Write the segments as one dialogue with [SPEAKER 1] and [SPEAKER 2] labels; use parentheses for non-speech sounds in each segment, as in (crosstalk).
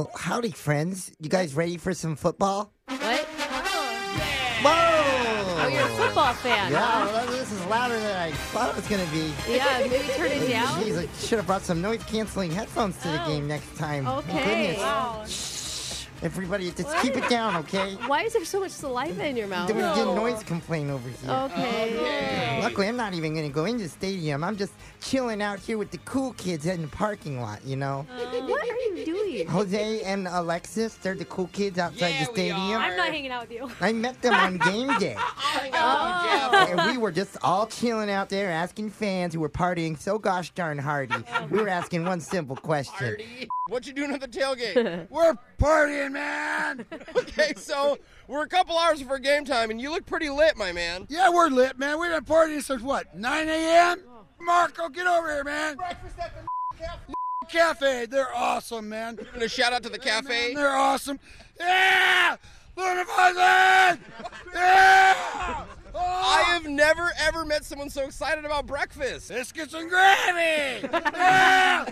[SPEAKER 1] Well, Howdy, friends. You guys ready for some football?
[SPEAKER 2] What?
[SPEAKER 1] Whoa!
[SPEAKER 2] Oh, you're a football fan.
[SPEAKER 1] Yeah, well, this is louder than I thought it was going to be.
[SPEAKER 2] huh? Yeah, maybe turn it down.
[SPEAKER 1] Jeez, I should have brought some noise canceling headphones to the
[SPEAKER 2] Oh.
[SPEAKER 1] game next time.
[SPEAKER 2] Okay.
[SPEAKER 1] Goodness. Everybody, just keep it down, okay?
[SPEAKER 2] Why is there so much saliva in your mouth?
[SPEAKER 1] There was a noise complaint over here.
[SPEAKER 2] Okay.
[SPEAKER 1] Luckily, I'm not even going to go into the stadium. I'm just chilling out here with the cool kids in the parking lot, you know?
[SPEAKER 2] What are you doing?
[SPEAKER 1] Jose and Alexis, they're the cool kids outside
[SPEAKER 3] Yeah,
[SPEAKER 1] the
[SPEAKER 3] we
[SPEAKER 1] stadium.
[SPEAKER 3] are.
[SPEAKER 4] I'm not hanging out
[SPEAKER 2] (laughs)
[SPEAKER 4] with you.
[SPEAKER 1] I met them on game day. (laughs) and we were just all chilling out there asking fans who were partying so gosh darn hardy. We were asking one simple question.
[SPEAKER 3] Party. What you doing at
[SPEAKER 5] (laughs)
[SPEAKER 3] the tailgate? we're partying, man. okay, so we're a couple hours before game time, and you look pretty lit, my man.
[SPEAKER 6] Yeah, we're lit, man. We've been partying since what, 9 a.m.? Marco, get over here, man. Breakfast at the (laughs) cafe. They're awesome, man.
[SPEAKER 3] And a shout out to the cafe.
[SPEAKER 6] Man, they're awesome. Yeah! Luna Buzzard! Yeah!
[SPEAKER 3] I
[SPEAKER 6] Oh,
[SPEAKER 3] have never ever met someone so excited about breakfast.
[SPEAKER 6] biscuits and gravy!
[SPEAKER 3] (laughs)
[SPEAKER 6] Yeah!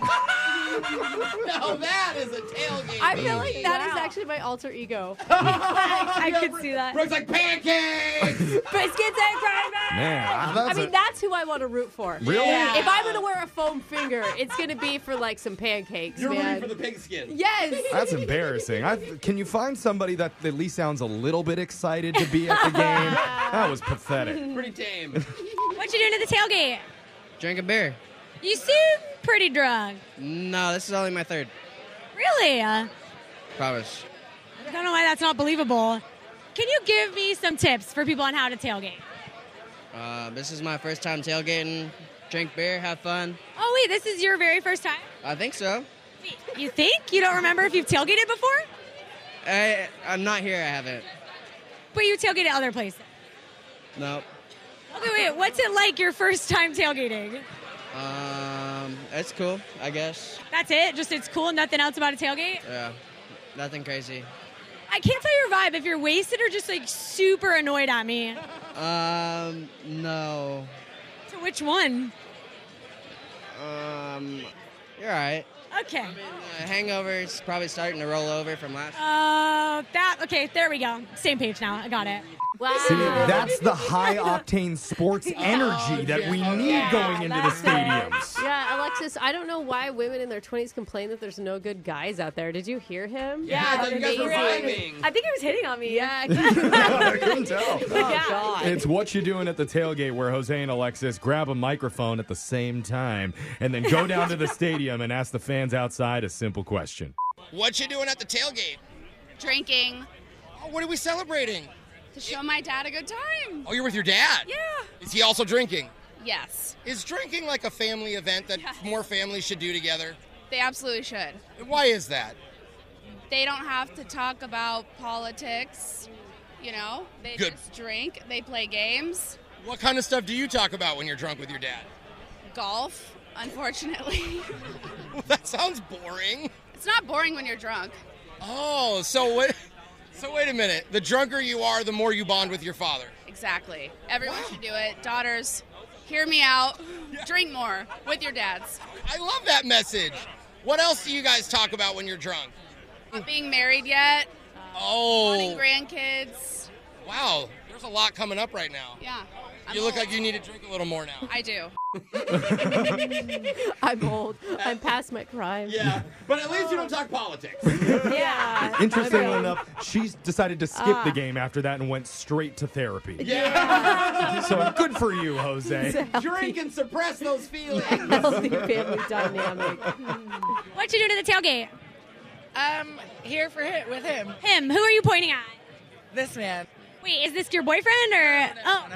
[SPEAKER 3] Now that is a tailgate.
[SPEAKER 2] I feel like that is
[SPEAKER 4] Wow.
[SPEAKER 2] actually my alter (laughs) ego.
[SPEAKER 4] I could see that.
[SPEAKER 3] Brooke's like pancakes.
[SPEAKER 4] Biscuits and gravy.
[SPEAKER 7] Man,
[SPEAKER 2] I mean, that's who I want to root for.
[SPEAKER 7] Really?
[SPEAKER 3] Yeah.
[SPEAKER 2] If I'm gonna wear a foam finger, it's gonna be for like some pancakes,
[SPEAKER 3] You're
[SPEAKER 2] man.
[SPEAKER 3] rooting for the pigskin.
[SPEAKER 2] yes.
[SPEAKER 7] that's embarrassing. i can you find somebody that at least sounds a little bit excited to be at the game? that was (laughs) pathetic.
[SPEAKER 3] Pretty tame.
[SPEAKER 4] What you doing at the tailgate?
[SPEAKER 5] (laughs) Drink a beer.
[SPEAKER 4] You seem pretty drunk.
[SPEAKER 5] No, this is only my third.
[SPEAKER 4] Really? Uh,
[SPEAKER 5] Promise.
[SPEAKER 4] I don't know why that's not believable. Can you give me some tips for people on how to tailgate?
[SPEAKER 5] Uh, this is my first time tailgating. Drink beer, have fun.
[SPEAKER 4] Oh wait, this is your very first time.
[SPEAKER 5] I think so.
[SPEAKER 4] Wait, you think you don't remember if you've tailgated before,
[SPEAKER 5] I, I'm not here. I haven't.
[SPEAKER 4] but you tailgate at other places.
[SPEAKER 5] Nope.
[SPEAKER 4] Okay, wait. What's it like your first time tailgating?
[SPEAKER 5] Um, it's cool. I guess.
[SPEAKER 4] That's it. Just it's cool. Nothing else about a tailgate.
[SPEAKER 5] Yeah. Nothing crazy.
[SPEAKER 4] I can't tell your vibe if you're wasted or just like super annoyed at me.
[SPEAKER 5] Um, no.
[SPEAKER 4] So which one?
[SPEAKER 5] Um, you're all right.
[SPEAKER 4] Okay.
[SPEAKER 5] Uh, hangover's probably starting to roll over from last.
[SPEAKER 4] Uh, that okay. There we go. Same page now. I got it.
[SPEAKER 2] Wow.
[SPEAKER 7] See, that's the high octane (laughs) sports energy that we need going into the
[SPEAKER 2] that's it.
[SPEAKER 7] stadiums.
[SPEAKER 2] Yeah, Alexis, I don't know why women in their 20s complain that there's no good guys out there. Did you hear him?
[SPEAKER 3] Yeah, I thought you guys were
[SPEAKER 2] Amazing.
[SPEAKER 3] vibing.
[SPEAKER 4] I think it was hitting on me.
[SPEAKER 2] Yeah. oh,
[SPEAKER 7] (laughs) I couldn't tell.
[SPEAKER 2] God.
[SPEAKER 7] It's what you doing at the tailgate where Jose and Alexis grab a microphone at the same time and then go down (laughs) to the stadium and ask the fans outside a simple question.
[SPEAKER 3] What you doing at the tailgate?
[SPEAKER 8] drinking
[SPEAKER 3] Oh, what are we celebrating?
[SPEAKER 8] to show my dad a good time.
[SPEAKER 3] Oh, you're with your dad.
[SPEAKER 8] Yeah.
[SPEAKER 3] Is he also drinking?
[SPEAKER 8] Yes,
[SPEAKER 3] Is drinking like a family event that
[SPEAKER 8] Yes.
[SPEAKER 3] more families should do together?
[SPEAKER 8] they absolutely should.
[SPEAKER 3] And Why is that?
[SPEAKER 8] They don't have to talk about politics, you know? They
[SPEAKER 3] Good.
[SPEAKER 8] just drink, they play games,
[SPEAKER 3] What kind of stuff do you talk about when you're drunk with your dad? (laughs)
[SPEAKER 8] golf, unfortunately. (laughs)
[SPEAKER 3] Well, that sounds boring.
[SPEAKER 8] it's not boring when you're drunk.
[SPEAKER 3] Oh, so what? So wait a minute. The drunker you are, the more you bond with your father.
[SPEAKER 8] Exactly. Everyone should do it. Daughters, hear me out. Drink more with your dads.
[SPEAKER 3] I love that message. What else do you guys talk about when you're drunk?
[SPEAKER 8] Not being married yet, wanting
[SPEAKER 3] Oh,
[SPEAKER 8] grandkids.
[SPEAKER 3] wow. There's a lot coming up right now.
[SPEAKER 8] Yeah. I'm
[SPEAKER 3] You look
[SPEAKER 8] old.
[SPEAKER 3] like you need to drink a little more now.
[SPEAKER 8] I do.
[SPEAKER 2] I'm old. I'm past my prime.
[SPEAKER 3] Yeah, but at least you don't talk politics.
[SPEAKER 2] Yeah. Ah.
[SPEAKER 7] Interestingly enough, she's decided to skip the game after that and went straight to therapy. So good for you, Jose.
[SPEAKER 3] Drink and suppress those feelings.
[SPEAKER 2] Healthy family dynamic.
[SPEAKER 4] What you doing at the tailgate?
[SPEAKER 9] Um, here for him with him.
[SPEAKER 4] Him. Who are you pointing at?
[SPEAKER 9] This man.
[SPEAKER 4] Wait, is this your boyfriend
[SPEAKER 9] (laughs)
[SPEAKER 4] or? oh.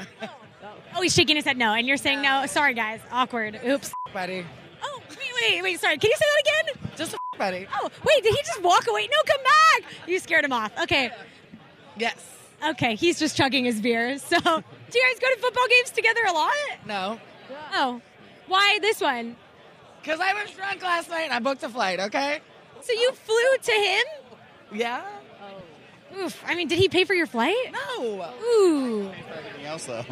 [SPEAKER 4] Oh, he's shaking his head no, and you're saying no. Sorry, guys. Awkward. Oops.
[SPEAKER 9] Buddy.
[SPEAKER 4] Oh, wait, wait, wait. Sorry. Can you say that again?
[SPEAKER 9] Just a buddy.
[SPEAKER 4] Oh, wait. Did he just walk away? No, come back. You scared him off. Okay.
[SPEAKER 9] Yes.
[SPEAKER 4] Okay. He's just chugging his beer. (laughs) So, do you guys go to football games together a lot?
[SPEAKER 9] No.
[SPEAKER 4] Oh, why this one?
[SPEAKER 9] Because I was drunk last night and I booked a flight, okay?
[SPEAKER 4] So you flew to him?
[SPEAKER 9] Yeah?
[SPEAKER 4] Oof. I mean, did he pay for your flight?
[SPEAKER 9] No.
[SPEAKER 4] Ooh.
[SPEAKER 5] Everything else though.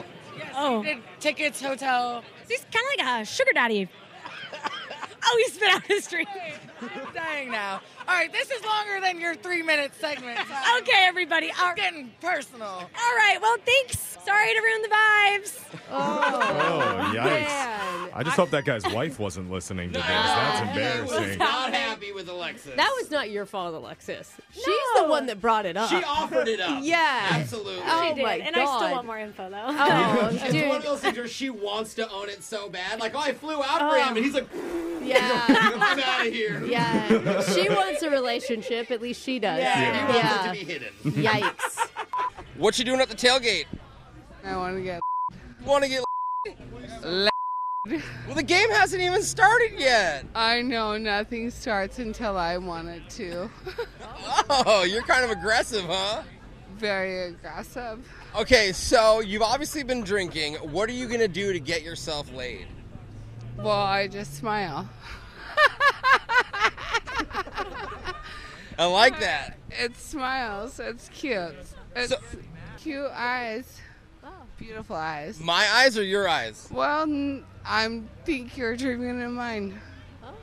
[SPEAKER 4] Oh.
[SPEAKER 9] Did tickets, hotel.
[SPEAKER 4] He's kind of like a sugar daddy. (laughs) Oh, he spit out his drink.
[SPEAKER 9] I'm dying now. All right, this is longer than your three minute segment. so
[SPEAKER 4] Okay, everybody. All
[SPEAKER 9] It's getting personal.
[SPEAKER 4] all right. Well, thanks. Sorry to ruin the vibes.
[SPEAKER 7] Oh, yikes.
[SPEAKER 2] Man.
[SPEAKER 7] I just hope that guy's wife wasn't listening to this. That's embarrassing.
[SPEAKER 5] Not happy with Alexis.
[SPEAKER 2] That was not your fault, Alexis. She's the one that brought it up.
[SPEAKER 5] She offered it up.
[SPEAKER 2] yeah.
[SPEAKER 5] Absolutely.
[SPEAKER 2] Oh
[SPEAKER 4] I did,
[SPEAKER 2] my
[SPEAKER 4] and
[SPEAKER 2] god.
[SPEAKER 4] I still want more
[SPEAKER 2] (laughs)
[SPEAKER 4] info though.
[SPEAKER 2] Oh,
[SPEAKER 5] It's one of
[SPEAKER 2] dude.
[SPEAKER 5] those things where she wants to own it so bad. Like, oh, I flew out for him, and he's like,
[SPEAKER 2] Yeah.
[SPEAKER 5] I'm out of here.
[SPEAKER 2] Yeah. She wants a relationship. At least she does.
[SPEAKER 5] He wants it
[SPEAKER 2] Yeah.
[SPEAKER 5] to be hidden.
[SPEAKER 2] Yikes.
[SPEAKER 3] (laughs) What you doing at the tailgate?
[SPEAKER 9] I want to get.
[SPEAKER 3] Want to get? Well, the game hasn't even started yet.
[SPEAKER 10] I know nothing starts until I want it to.
[SPEAKER 3] (laughs) Oh, you're kind of aggressive, huh?
[SPEAKER 10] Very aggressive.
[SPEAKER 3] Okay, so you've obviously been drinking. What are you gonna do to get yourself laid?
[SPEAKER 10] Well, I just smile.
[SPEAKER 3] I like that.
[SPEAKER 10] It smiles. It's cute. It's
[SPEAKER 3] So-
[SPEAKER 10] cute eyes. Beautiful eyes.
[SPEAKER 3] My eyes or your eyes?
[SPEAKER 10] Well, n- I'm think you're dreaming in mine.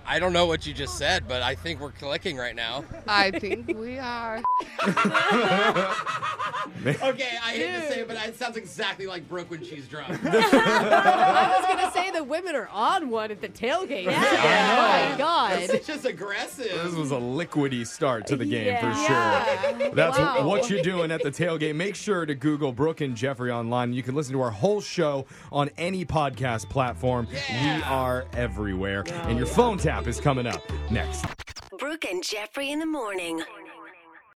[SPEAKER 3] I don't know what you just said, but I think we're clicking right now.
[SPEAKER 10] I think we are.
[SPEAKER 5] Okay, I hate to say it, but it sounds exactly like Brooke when she's drunk.
[SPEAKER 2] I was gonna say the women are on one at the tailgate. Oh my god.
[SPEAKER 5] it's just aggressive.
[SPEAKER 7] This was a liquidy start to the game for sure. That's
[SPEAKER 2] Wow.
[SPEAKER 7] what you're doing at the tailgate. Make sure to Google Brooke and Jeffrey online. You can listen to our whole show on any podcast platform. We are everywhere. and your phone tap is coming up next.
[SPEAKER 11] Brooke and Jeffrey in the morning.